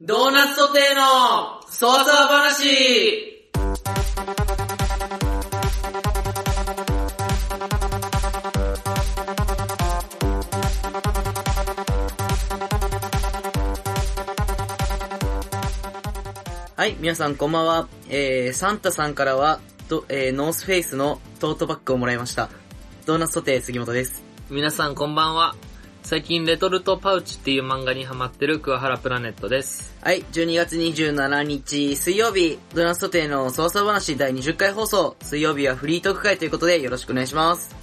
ドーナツソテーのそわそわ話はい、皆さんこんばんは。えー、サンタさんからは、どえー、ノースフェイスのトートバッグをもらいました。ドーナツソテー杉本です。皆さんこんばんは。最近レトルトパウチっていう漫画にハマってる桑原プラネットです。はい、12月27日水曜日、ドーナツソテーの操作話第20回放送、水曜日はフリートーク会ということでよろしくお願いします。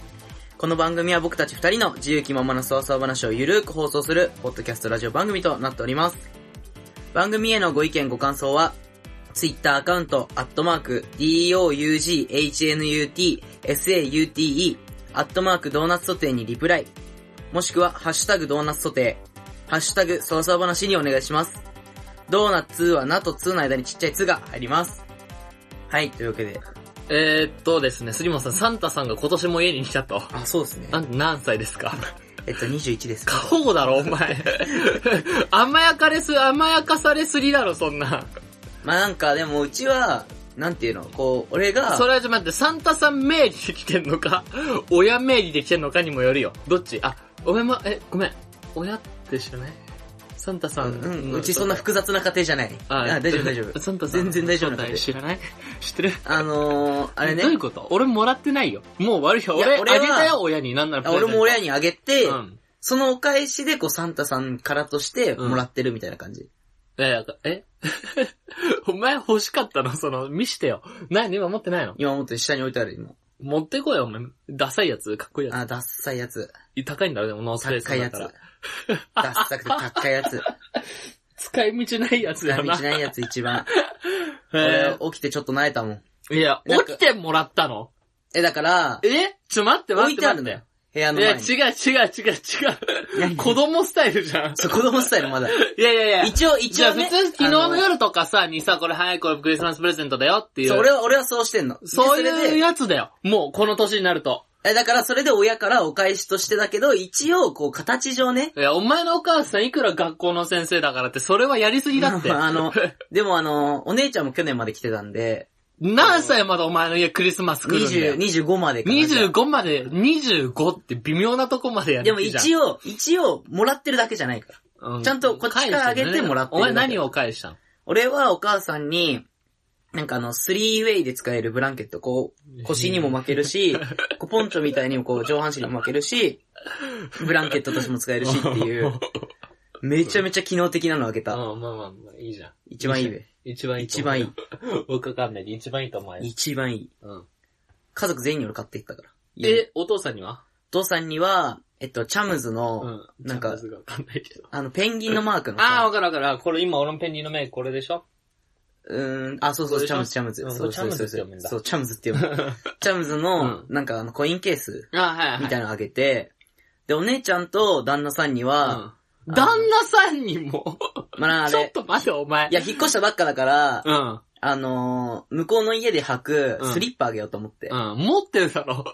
この番組は僕たち2人の自由気ままな操作話をゆるーく放送する、ポッドキャストラジオ番組となっております。番組へのご意見ご感想は、Twitter アカウント、アットマーク、DOUGHNUT、SAUTE、アットマークドーナツソテーにリプライ、もしくは、ハッシュタグドーナツソテー、ハッシュタグ操作話にお願いします。ドーナツはなとツの間にちっちゃいツが入ります。はい、というわけで。えー、っとですね、杉本さん、サンタさんが今年も家に来たと。あ、そうですねな、何歳ですかえっと、21です。過保護だろ、お 前。甘やかれす、甘やかされすぎだろ、そんな。まあなんか、でもうちは、なんていうの、こう、俺が、それはちょっと待って、サンタさん名義で来てんのか、親名義で来てんのかにもよるよ。どっちあ、お前も、え、ごめん。親って知らないサンタさん。うん、うちそんな複雑な家庭じゃない。あ、大丈夫大丈夫。サンタさん。全然大丈夫な家庭。知らない知ってるあのー、あれねどういうこと俺もらってないよ。もう悪いよ。いや俺、俺はあげたよ、親に。なんならプあレゼン俺トも親にあげて、うん。そのお返しで、こう、サンタさんからとして、もらってるみたいな感じ。え、え お前欲しかったのその、見してよ。何今持ってないの今持って下に置いてある、今。持ってこいよ、お前。ダサいやつ、かっこいいやあ、ダッサいやつ。つ。高いんだろ、でも、ノースペース高いだやかつら。。ダッサくて高いやつ。使い道ないやつだ使よいな道。 ないやつ一番。へ俺起きてちょっと慣えたもん。えいや、なんか起きてもらったのえ、だから、えちょ、待って、置待いってあて、るん待っだよ。。て部屋いのや、前違うに。違う違う違何う。子供スタイルじゃん。そう、子供スタイルまだ。いやいやいや。一応、一じゃあ応普ね。通、昨日のあ夜とかさ、にさ、これ早いこれクリスマスプレゼントだよっていう。そう、俺は、俺はそうしてんの。でそうそれいうでやつだよ。もう、この年になると。え、だからそれで親からお返しとしてだけど、一応、こう、形上ね。いや、お前のお母さんいくら学校の先生だからって、それはやりすぎだっ て。あの、でもあの、お姉ちゃんも去年まで来てたんで、 何歳までお前の家クリスマス来るんだ20、よ。 25までかな。じゃあ25まで、25って微妙なとこまでやるでもじゃん一応、一応、もらってるだけじゃないから。うちゃんとこっちからあげてもらってるお前何を返したの俺はお母さんに、なんかあの、スリーウェイで使えるブランケット、こう、腰にも巻ける し、こうポンチョみたいにもこう、上半身にも巻けるし、ブランケットとしても使えるしって いう、めちゃめちゃ機能的なのあげた。うんまあまあまあ、いいじゃん。一番いいべ。一番いい。一番いい。僕わかんない。一番いいと思うよ。一番いい。うん。家族全員に俺買っていったから。おえ、お父さんには父さんには、えっと、チャムズの、うん。なんかちょっとすぐわかんないけど。あの、ペンギンのマークのああ、さ、わかるわかる。あこれ今俺のペンギンの目これでしょうーん、あ、そうそこう、れチャムズ、チャムズう。んそう、これそうチャムズって呼ぶんだそう、チャムズって呼ぶ。 チャムズの、うなんかあの、コインケース。ああ、はいはい。みたいなのあげて、で、お姉ちゃんと旦那さんには、うん旦那さんにも、まあ、あちょっれ、と待てお前。いや、引っ越したばっかだから、うん。あのー向こうの家で履くうんスリッパあげようと思って。いうん。持ってるだろ。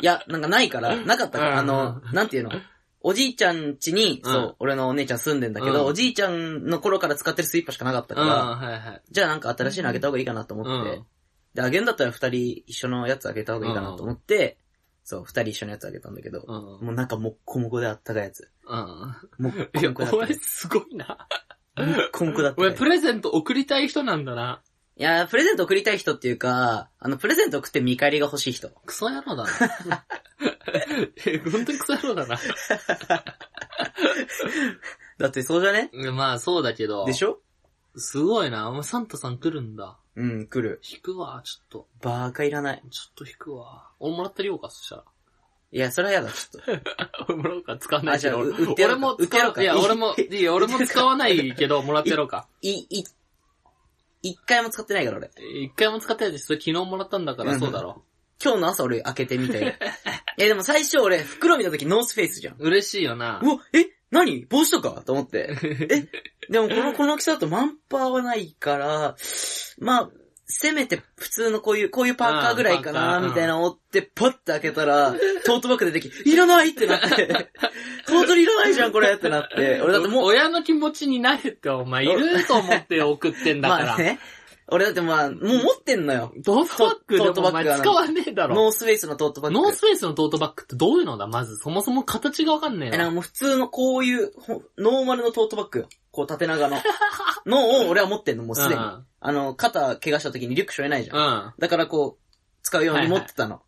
や、なんかないから、なかったから、あうんの、なんていうの、おじいちゃん家に、うんそう、俺のお姉ちゃん住んでんだけど、うんおじいちゃんの頃から使ってるスリッパしかなかったうかん、ら、はいはい。じゃあなんか新しいのあげた方がいいかなと思って、うんで、あげんだったら二人一緒のやつあげた方がいいかなと思って、そう、二人一緒のやつあげたんだけど、うん。もうなんかもっこもこであったかいやつ。うもっこん。いやもこ、だったかお前い。すごいな。もっこもこだったか俺い。プレゼント送りたい人なんだな。いやー、プレゼント送りたい人っていうか、あの、プレゼント送って見返りが欲しい人。クソ野郎だな。 え本当にクソ野郎だな。だってそうじゃねうんまあそうだけど。でしょすごいな。お前サンタさん来るんだ。うん、来る。引くわ、ちょっバーカいらない。と。ちょっと引くわ。俺もらってるようか、そしたら。いや、それはやだ、ちょっと。 俺もらおうか、使わないけど。あじゃあう売ってやろう俺かも売ってや使ろううかいや、俺も、いいよ俺も使わないけど、もらってやろうか。い、い、一回も使ってないから俺。一回も使ってないです。それ昨日もらったんだかうら、んそうだろ。今日の朝俺開けてみ て。え、でも最初俺、袋見た時ノースフェイスじゃん。嬉しいよなう。わ、え何帽子とかと思 って。えでもこの、この大きさだとマンパーはないから、まあ、せめて普通のこういう、こういうパーカーぐらいかな、うんパーカーみたいなのを追って、パッて開けたら、トートバッグ出てきて、いらないってな って、本当にいらないじゃん、これってなって。俺だってもう、親の気持ちになれって、お前、いると思って送ってんだか ら。まあね。俺だってまあ、もう持ってんのよ。トートバッグトーでトもバおッ前グはあの使わねえだろ。ノースフェイスのトートバッグ。ノースフェイスのトートバッグってどういうのだまず、そもそも形がわかんねえなえんよ。かもう普通のこういう、ほノーマルのトートバッグよ。こう縦長 の。のを俺は持ってんの、もうすでに。うんあの、肩怪我した時にリュックしょえないじゃん。うん。だからこう、使うように持ってたの。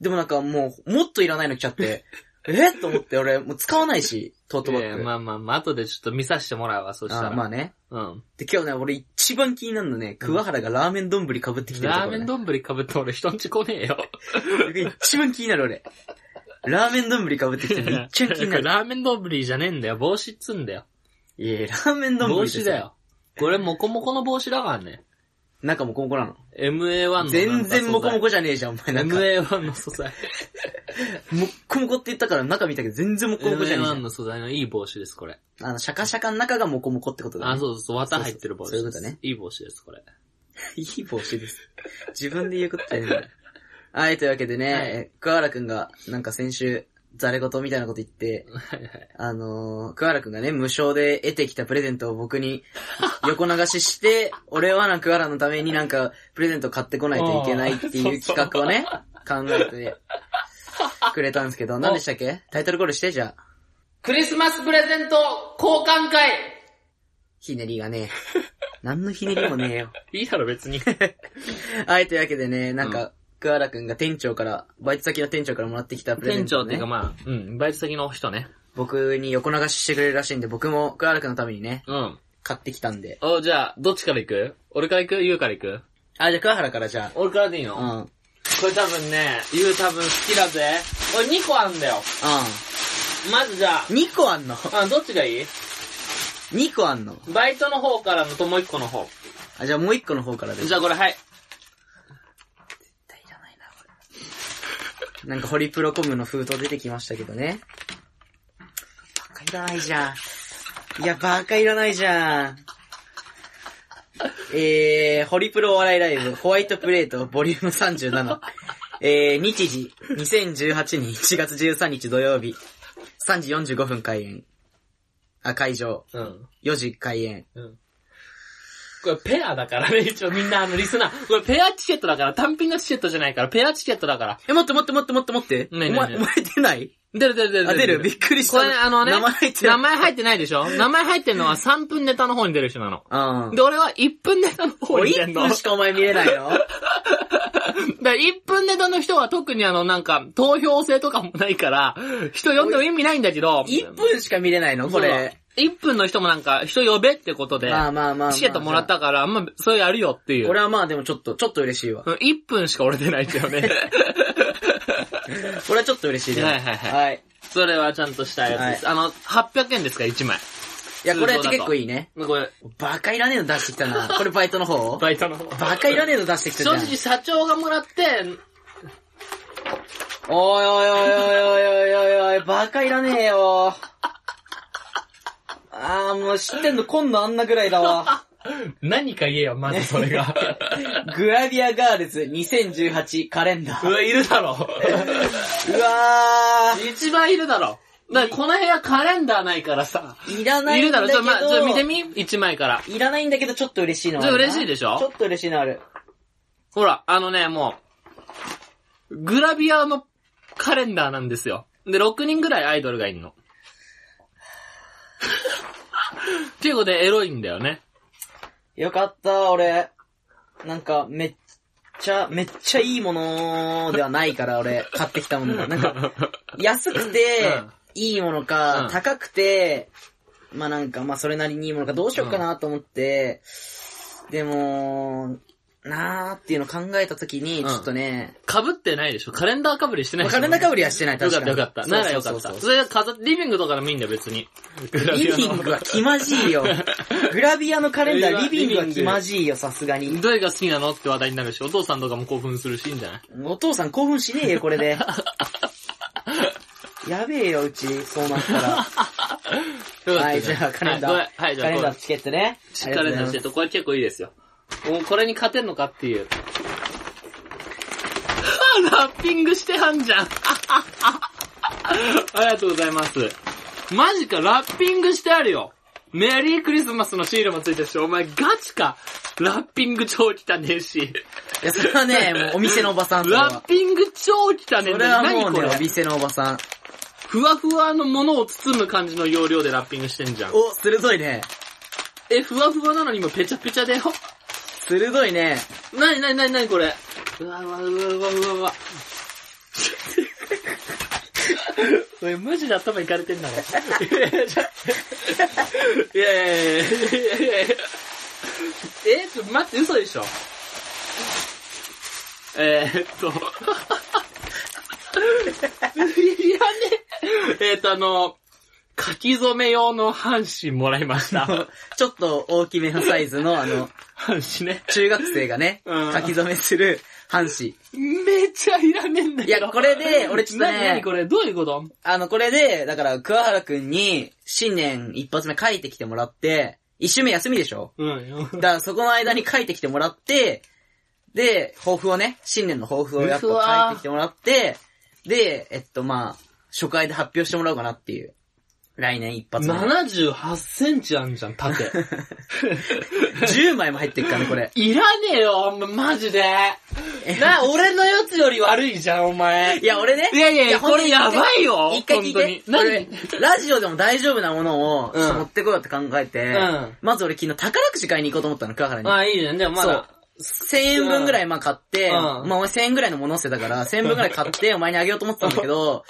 でもなんかもう、もっといらないの来ちゃ って、えと思って俺、もう使わないし、トートバいッやグ。まあまあまあ、後でちょっと見させてもらうわ、そしたあら。ーまあね。うん。で、今日ね、俺一番気になるのね、桑原がラーメン丼ぶり被ってきてるとこラーろ、ね。メン丼ぶり被って俺人んち来ねえよ。一番気になる俺。ラーメン丼ぶり被ってきてるの一 番気になる。ラーメン丼ぶりじゃねえんだよ。帽子っつうんだよ。いや、ラーメン丼ぶり帽です子だ。よ。これモコモコの帽子だからね。中もコモコなの。 MA1 のなんか素材。全然モコモコじゃねえじゃん、お前なんか。 MA1 の素材。もっこもこって言ったから中見たけど全然もっこもこじゃねえ MA1 の素材のいい帽子です、これ。じゃん。あの、シャカシャカの中がもこもこってことだね。あ、そうそう、綿入ってる帽子です。そうそうそういうことねいい帽子です、これ。いい帽子です。自分で言うことじゃない。はい、というわけでね、はいえ桑原くんが、なんか先週、ザレ言みたいなこと言って、はいはい。あのー、桑原くんがね、無償で得てきたプレゼントを僕に横流しして、 俺はなんか桑原のためになんか、プレゼント買ってこないといけないっていう企画を ね、考えてくれたんですけど、何でしたっけタイトルコールして、じゃあ。クリスマスプレゼント交換会ひねりがね、何のひねりもねえよ。いいだろ、別に。 はい、というわけでね、なんうか、桑原くんが店長から、バイト先の店長からもらってきたプレゼ 店ント長をっね、ていうかまあ、うん、バイト先の人ね。僕に横流ししてくれるらしいんで、僕も桑原くんのためにね、うん。買ってきたんで。お、じゃあ、どっちから行く俺から行くゆうから行くあ、じゃあ桑原からじゃ俺からでいいのあ。うん。うん。これ多分ね、ゆう多分好きだぜ。俺2個あんだよ。まずじゃ2個あんのあ、あ、どっちがいい ?2 個あんのバイトの方からのともう1個の方。あ、じゃあもう1個の方からで。じゃあこれはい。絶対いらないな、これ。なんかホリプロコムの封筒出てきましたけどね。バカいらないじゃん。いや、バカいらないじゃん。えー、ホリプロお笑いライブ、ホワイトプレート、ボリューム37。えー、日時、2018年1月13日土曜日、3時45分開演。あ、会場、うん。 4時開演。うん。これペアだからね、 一応みんなあのリスナー。これペアチケットだから、単品のチケットじゃないから、ペアチケットだから。え、待って待って待って待って待って。ねえねえお前、ねえお前出ない出る出る出る。あ、出るびっくりした。こ れねあのね、名前入ってる名前入ってないでしょ名前入ってるのは3分ネタの方に出る人なの。うん。で、俺は1分ネタの方俺に出る1の。分しかお前見れない のだから1分ネタの人は特にあの、なんか、投票制とかもないから、人呼んでも意味ないんだけど、 ?1 分しか見れないのこれ。そう。1分の人もなんか、人呼べってことで、まあまあまあ。チケットもらっ。たから、あんま、それやるよっていう。俺はまあでもちょっと、ちょっと嬉しいわ。うん1分しか俺出ないんだよ ね。俺はちょっと嬉しいね。はいはいはいはい。それはちゃんとしたやつです。あの、800円ですか、1枚。いや、これ通常だと結構いいね。これ、バカいらねえの出してきた な。これバイトの方バイトの方。バカいらねえの出してきたじ正ゃん。直、社長がもらって、おいおいおいおいおいおいおいおい、バカいらねえよ。あーもう知ってんの今度あんなぐらいだ わ。何か言えよ、まずそれ が。グラビアガールズ2018カレンダうー。わ、いるだろ。うわ一番いるだろ。だからこの部屋カレンダーないからさ。ー。いらないいんるだだけろ。ど。ちょ、ま、ちょ、見てみ一枚から。いらないんだけど、ちょっと嬉しいのあるな。ちょ嬉しいでしょちょっと嬉しいのある。ほら、あのね、もう、グラビアのカレンダーなんですよ。で、6人ぐらいアイドルがいんの。っていうことで、エロいんだよ ね。よかった、俺。なんか、めっちゃ、めっちゃいいものではないから、俺、買ってきたも のが。なんか、安くてうん、いいものか、うん高くて、まあなんか、まあそれなりにいいものか、どうしようかなと思って、でも、なーっていうのを考えたときに、うんちょっとね、被ってないでしょカレンダー被りしてないまあでしカょレンダーかぶりはしてない、よ確かかっに。たよかった。そうなそらうよかそっうそうた。それが飾っリビングとかでもいいんだよ、別に。グラビリアビのングは気まじいよ。グラビアのカレンダー、リビングはリビング気まじいよ、さすがに。どれが好きなのって話題になるし、お父さんとかも興奮するし、いいんじゃないお父さん興奮しねえよ、これ で。やべえよ、うち、そうなったら。はい、じゃあ、カレンダー。はい、はいじゃあ、カレンダーこチケットね。れカレンダーしてと、これ結構いいですよ。おこれに勝てんのかっていう。あ、 ラッピングしてはんじゃん。 ありがとうございます。マジか、ラッピングしてあるよ。メリークリスマスのシールもついてるし、お前ガチか。ラッピング超汚ねえし。 いや、それはね、もうお店のおばさん、それラはッ。ピング超汚ねえそれはもう何こね、おれ。店のおばさん。ふわふわのものを包む感じの要領でラッピングしてんじゃん。お、鋭いね。え、ふわふわなのに今ペチャペチャだよ。鋭いね。なになになになにこれ。うわうわうわうわうわうわ。おい、マジで頭いかれてんだろ。いやいやいやいやいやいやえ、ちょ、待って、嘘でしょ。えー、っと。いやね。えー、っと、あの、書き初め用の半紙もらいました。 ちょっと大きめのサイズの、あの、半紙ね。中学生がね、うん書き初めする半紙。めっちゃいらねえんだけど。いやこれで俺ちょっとねなになにこれどういうことあの、これで、だから、桑原くんに、新年一発目書いてきてもらって、一週目休みでしょうん。だから、そこの間に書いてきてもらって、で、抱負をね、新年の抱負をやっぱ書いてきてもらって、で、えっと、まあ、初回で発表してもらおうかなっていう。来年一発目。 78センチあんじゃん、 縦。 10枚も入ってっからね、これ。いらねえよ、お前マジで。 な、俺のやつより悪いじゃん、お前。いや、俺ね。いやいや本当にこれやばいよ一回聞いて。本当に俺ラジオでも大丈夫なものを、うんちょっと持ってこようって考えて、うんまず俺昨日宝くじ買いに行こうと思ったの、桑原に。まあいいじゃん、でもまだ。 1000円分ぐらいまあ買って、うんまあ俺1000円ぐらいのものせだから、1000円分ぐらい買って、 お前にあげようと思ってたんだけど、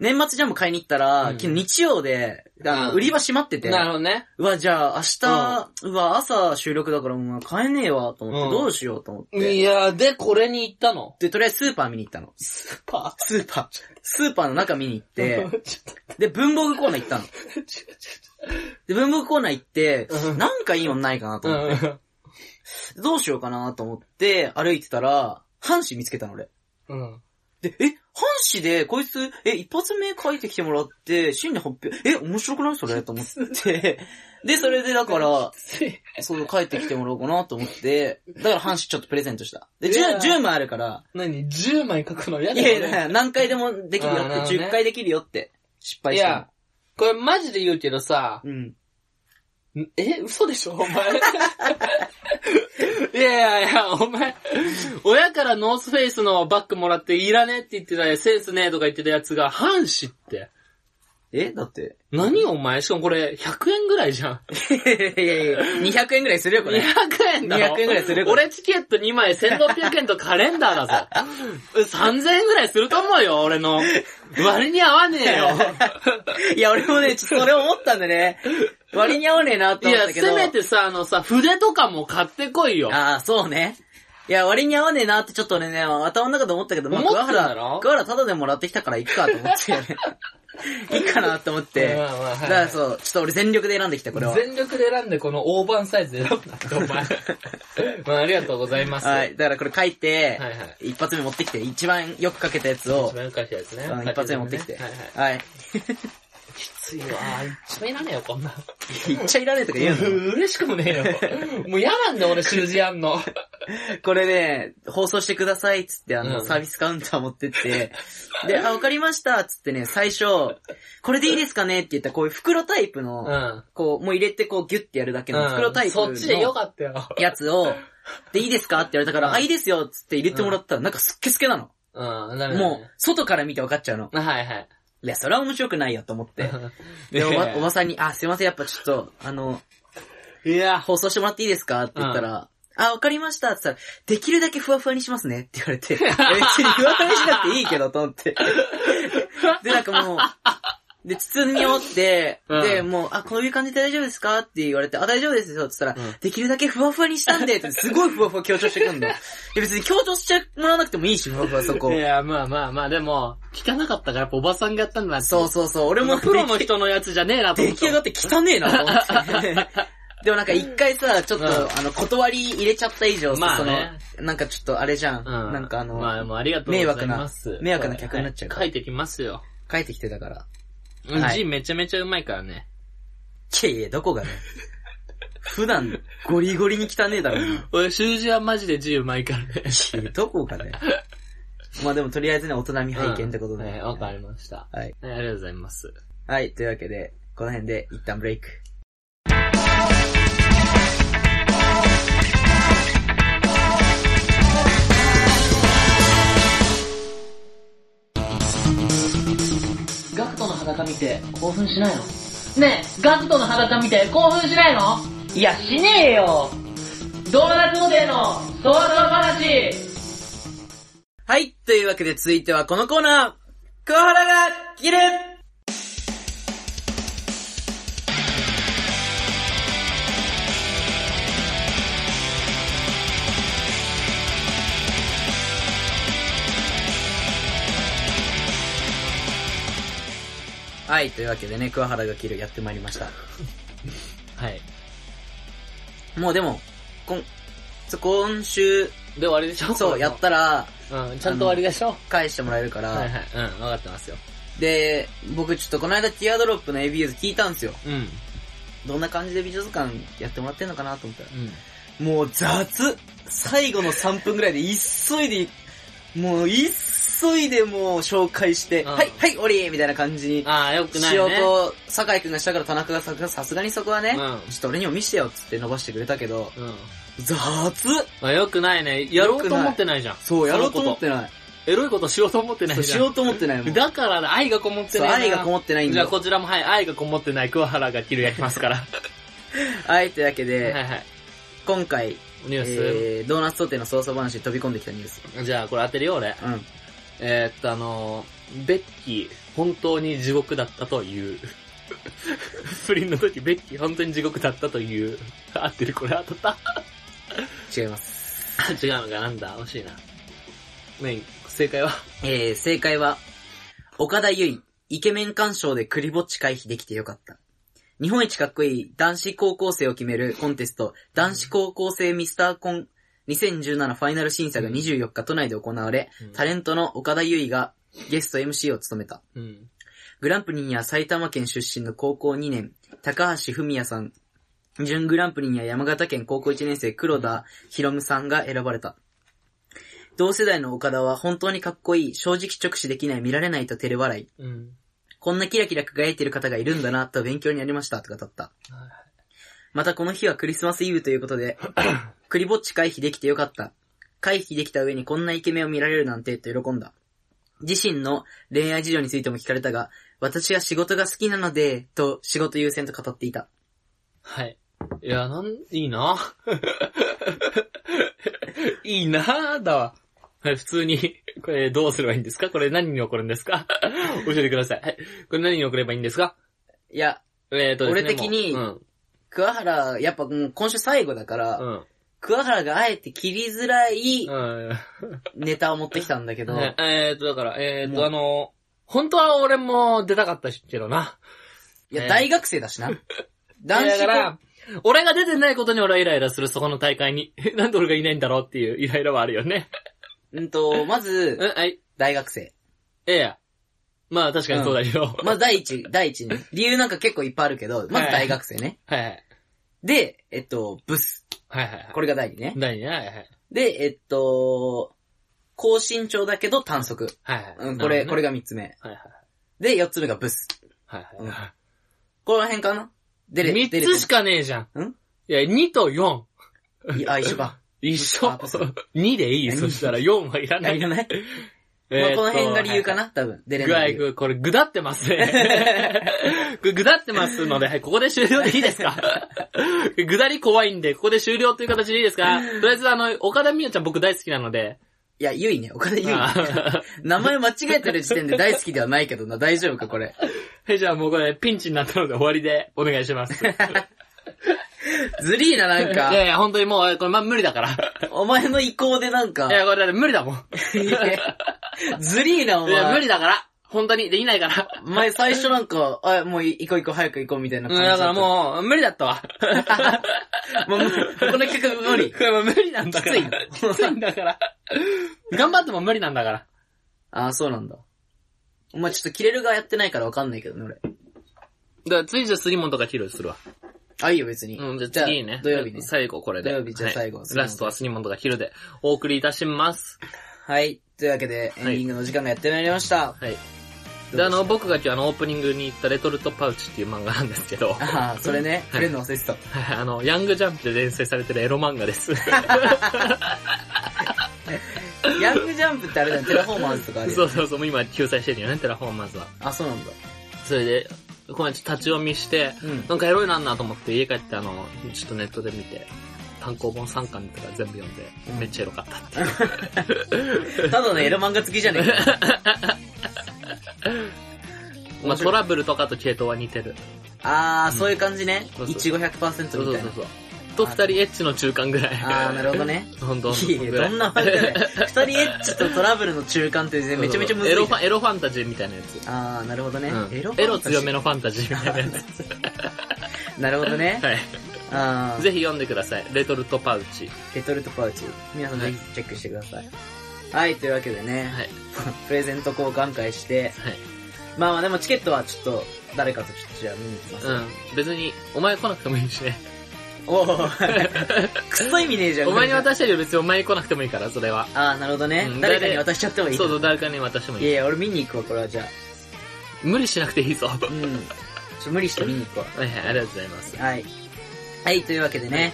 年末ジャンボ買いに行ったら、うん昨日日曜で、あのうん売り場閉まってて、なるほどね。うわ、じゃあ明日、うわ、朝収録だからもう買えねえわ、と思って、うんどうしようと思って。いや、で、これに行ったの。で、とりあえずスーパー見に行ったの。スーパスーパー。スーパーの中見に行っーでて、、で、文房具コーナー行 ったの。で、文房具コーナー行ってう、んなんかいいもんないかなとう思って、ん。どうしようかなと思って、歩いてたら、半紙見つけたの俺。うん。で、え、半紙で、こいつ、え、一発目書いてきてもらって、新年発表、え、面白くないそれと思 って。で、それでだから、そう、書いてきてもらおうかなと思って、だから半紙ちょっとプレゼントした。で、いや10、10枚あるから、何 ?10 枚書くの嫌いだやいよ、やね。何回でもできるよっあーて、なるほどね10回できるよって、失敗いしたのや。、これマジで言うけどさ、うん。え、嘘でしょお前。いやいやいや、お前、親からノースフェイスのバッグもらっていらねえって言ってたやセンスねえとか言ってたやつが、半紙って。えだって。何お前しかもこれ、100円ぐらいじゃん。いやいやいや、200円ぐらいするよ、こ200れ。円だろ200円ぐらいするこれ俺チケット2枚、1600円とカレンダーだぞ。3000円ぐらいすると思うよ、俺の。割に合わね えよ。いや、俺もね、ちょっとそれ思ったんでね、割に合わねえなとい思っや、たけど。せめてさ、あのさ、筆とかも買ってこいよ。ああ、そうね。いや、割に合わねえなってちょっと俺ね、頭の中で思ったけど、まあ、思っ桑たんだ原、ろ桑原ただでもらってきたからいっかと思 って、いいかなって思って。まあまあはいだからそう、ちょっと俺全力で選んできた、これは。全力で選んでこの大判サイズ選ぶなって、お前。まあ、ありがとうございます。はい。だからこれ書いて、はいはい一発目持ってきて、一番よくかけたやつを一、番難しいやつね。うん一発目持ってきて。はいはい。はい。 きついわ。一番いらねえよ、こんな。言っちゃいらねえとか言う の。嬉しくもねえ よ。もう嫌なんだよ、俺、習字やんの。これね、放送してくださいっつって、あの、うんサービスカウンター持ってって、で、あ、わかりましたっつってね、最初、これでいいですかねって言ったら、こういう袋タイプうの、ん。こう、もう入れてこうギュッてやるだけの袋タイプそっちでよのかったよ。やつを、で、いいですかって言われたかうら、んあ、いいですよっつって入れてもらったら、なんかすっけすけなの。うん、ダメだねもう、外から見て分かっちゃうの。あはいはい。いや、それは面白くないよと思 って。で、おいやば、おばさんに、あ、すいません、やっぱちょっと、あの、いや、放送してもらっていいですかって言ったら、あ、わかりましたって言ったら、できるだけふわふわにしますねって言われ て、別にふわふわにしなくていいけど、と思って。で、なんかもう、で、包み終わって、うんで、もう、あ、こういう感じで大丈夫ですかって言われて、あ、大丈夫ですよって言ったら、うんできるだけふわふわにしたんで、ってすごいふわふわ強調してくんだよ。いや、別に強調しちゃもらわなくてもいいし、ふわふわそこい。や、まあまあまあ、でも、聞かなかったから、やっぱおばさんがやったんだなって。そうそうそう、俺もプロの人のやつじゃねえなと思出っ来上たがもっん。て汚ねえなと思って。 でもなんか一回さ、ちょっと、うんあの、断り入れちゃった以上さ、まあねその、なんかちょっとあれじゃん。うんなんかあの、まあでもありがとう迷ござ惑いまなす。、迷惑な客になっちゃうから。書いてきますよ。帰ってきてたから。うんはい字めちゃめちゃうまいからね。いやいや、どこがね。普段、ゴリゴリに汚ねえ だろ。俺、習字はマジで自由毎回ね。どこかね。まあでもとりあえずね、大人見拝見ってことで。うんはい、わかりました。はい。はい、ありがとうございます。はい、というわけで、この辺で一旦ブレイク。ガクトの裸見て興奮しないのねえ、ガクトの裸見て興奮しないのいや、しねえよドーナツモデのドワドワ話はい、というわけで続いてはこのコーナー、桑原が切るはい、というわけでね、桑原が切るやってまいりました。はい。もうでも、こん、そう今週、で、終わりでしょそう、やっ。たら、うん、ちゃんと終わりでしょ返してもらえるから、はいはい。うん、分かってますよ。で、僕ちょっとこの間ティアドロップの ABUs 聞いたんですよ。うん。どんな感じで美女図鑑やってもらってんのかなと思ったら。うん。もう雑最後の3分ぐらいで急いで、もう急いでもう紹介して、うんはい、はい、オリみたいな感じにああ、よくないしようね。と、酒井くんがしたから田中がささすがにそこはね、うちょん。っと俺にも見してよっつって伸ばしてくれたけど、うん。雑まあ、よくないね。やろうと思ってないじゃん。そう、やろうと思っそのこてない。と。エロいことしようと思ってなそういじゃしん。ようと思ってないもん。 だから愛がこもってそうないな。愛がこもってないんじだゃあよ。こちらもはい、愛がこもってない桑原が切るやりますから。ははい、というわけ いで、はい。今回、ニュース、えー、ドーナツ想定の操作話に飛び込んできたニュース。じゃあこれ当てるよ俺。うん。えー、っとあのー、ベッキー、本当に地獄だったという。 不倫の時、ベッキー本当に地獄だったという。合ってるこれ当たった違います。あ 違うのかなんだ、惜しいな。ね正解はえー、正解は、岡田結衣、イケメン鑑賞でクリぼっち回避できてよかった。日本一かっこいい男子高校生を決めるコンテスト、男子高校生ミスターコン2017ファイナル審査が24日都内で行われ、うんタレントの岡田結衣がゲスト MC を務めた。うん。グランプリには埼玉県出身の高校2年、高橋文也さん。準グランプリには山形県高校1年生黒田博夢さんが選ばれた。同世代の岡田は本当にかっこいい、正直直視できない、見られないと照れ笑い。うん。こんなキラキラ輝いてる方がいるんだな、と勉強になりました、と語ったはい。またこの日はクリスマスイブということで、クリぼっち回避できてよかった。回避できた上にこんなイケメンを見られるなんて、と喜んだ。自身の恋愛事情についても聞かれたが、私は仕事が好きなので、と仕事優先と語っていた。はい。いや、なん、いいな いいなぁ、だわ。はい、普通に、これどうすればいいんですかこれ何に送るんですか 教えてください。はい。これ何に送ればいいんですかいや、えーとですね俺的にも桑原、やっぱもう今週最後だから、ううん。桑原があえて切りづらいうん。ネタを持ってきたんだけど、ねえーと、だから、えーもと、うあの、本当は俺も出たかったけどな。いや、ね大学生だ しな。男だ子か高ら、俺が出てないことに俺はイライラする、そこの大会に。 なんで俺がいないんだろうっていうイ ライラはあるよね。うんと、まうず、ん、はい。大学生。ええや。まあ確かにそうだけど。まず第一、第一に。理由なんか結構いっぱいあるけど、まず大学生ね。はいはい。で、えっと、ブス。はいはいはい。これが第二ね。何ね、はいはい。で、えっと、高身長だけど短足。はいはい。うん、これ、これが。が三つ目。はいはい。で、四つ目がブス。はいうんはこの辺かな出い。れ、三出れつしかねえじゃん。んいや、二と四。いあ、一緒 か。一緒あそう。 二でいいあそしたら四はいらあないい。らないえーまあとこの辺が理由か。な多分。出れぐなわい理い由。ぐ、これ、ぐだってます ね。ぐ、ぐだってますので、はい、ここで終了でいいです かぐだり怖いんで、ここで終了という形でいいですかとりあえず、あの、岡田美代ちゃん僕大好きなので。いや、ゆいね。岡田ゆいね。あー 名前間違えてる時点で大好きではないけどな。大丈夫か、これ。はい、じゃあもうこれ、ピンチになったので終わりで、お願いし ます。ずりーな、なんいやか。いや、本当にもう、これ、ま、無理だから。お前の意向でなんかい。や、これ、だって無理だもん。ずりーな、おいや、無前。理だから。本当に、できないから。お前最初なんか、あ、もう行こう行こう、早く行こうみたいなう感じん、だだっかたらもう、無理だったわ。もう、もうこの企画無理。これもう無理なんだから。きついのきついんだから。頑張っても無理なんだから。ああ、そうなんだ。お前ちょっと切れる側やってないからわかんないけどね、俺。だから、ついじゃスリモンとかキルするわ。あ、いいよ、別に。うん、じじゃゃああ次ね。土曜日ね最後これで。土曜日じゃあはい最後ラストは杉本が昼でお送りいたします。はい。というわけで、エンディングの時間がやってまいりました。はい。どで、あうの、僕が今日あの、オープニングに行ったレトルトパウチっていう漫画なんですけど、で したあー、それね、触れるの忘れてた。はいあの、ヤングジャンプで連載されてるエロ漫画です。ヤングジャンプってあれだよ、テラフォーマーズとかある そようそうそう、もう今救済してるよね、テラフォーマーズは。あ、そうなんだ。それで、この間ちょっと立ち読みして、うん。なんかエロいなんなと思って家帰ってあの、ちょっとネットで見て、単行本3巻とか全部読んでうん、めっちゃエロかったっていう。ただのエロ漫画好きじゃねえ か。まあトラブルとかと系統は似てる。あー、そういう感じね。そうそういちご100%そうみそうたいそなう。そう。と二人エッチの中間ぐらい。あー、なるほど。ね。どんどん。いやいや、どんな漫画だよ。二人エッチとトラブルの中間ってめちゃめちゃ難しいエじゃロんフ。ァエロファンタジーみたいなやつ。あー、なるほどねうん。エロエロ強めの。のファンタジーみたいなやつ。なるほど ね。はい。あー、ぜひ読んでください。レトルトパウチ。レトルトパウチ。皆さんぜひチェックしてください。はい、というわけでね、はい。 プレゼント交換会して、はい。まあまあでもチケットはちょっと、誰かとちょっとじゃあ見に行きます。うん。別に、お前来なくてもいいしね。おー くそ意味ねえじゃん。お前に渡したより別にお前に来なくてもいいから、それは。あー、なるほどねう。ん誰かに渡しちゃってもいい。そうそう、誰かに渡してもいいやい。いや、俺見に行くわ、これはじゃあ。無理しなくていいぞ。はうん。ちょっと無理して見に行くわ。いはい、ありがとうございます。はい。はい、というわけでね、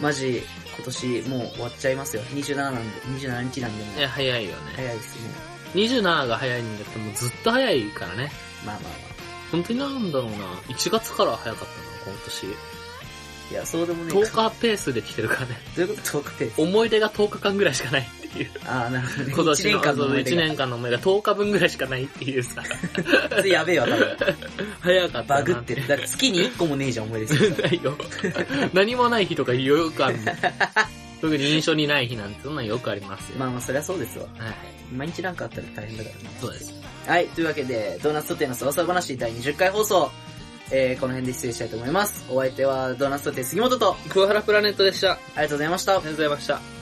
マジ、今年もう終わっちゃいますよ。27なんで、27日なんでもいや、早いよね。早いですね。 27が早いんだけど、もうずっと早いからね。まあまあま本当になんだろうな。1月から早かったな、今年。あ。いや、そうでもねえか。 10日ペースで来てるからね。どういうこと10日って。思い出が10日間ぐらいしかないって いう。ああ、なるほどね。今年の1年間の思い出1が年間の思い出が10日分ぐらいしかないっていうさ。 それやべえわ、多分。早かったな。バグってる。だから月に1個もねえじゃん、思い出す。ないよ。何もない日とかよくあ るの。特に印象にない日なんてそんなのよくありますよ。まあまあ、そりゃそうですわ。はい。毎日なんかあったら大変だからね。そうです。はい、というわけで、ドーナツトテのそわそわ話第20回放送、えー、この辺で失礼したいと思います。お相手はドーナツトテ杉本と、桑原プラネットでした。ありありがとうございましたがと。うございました。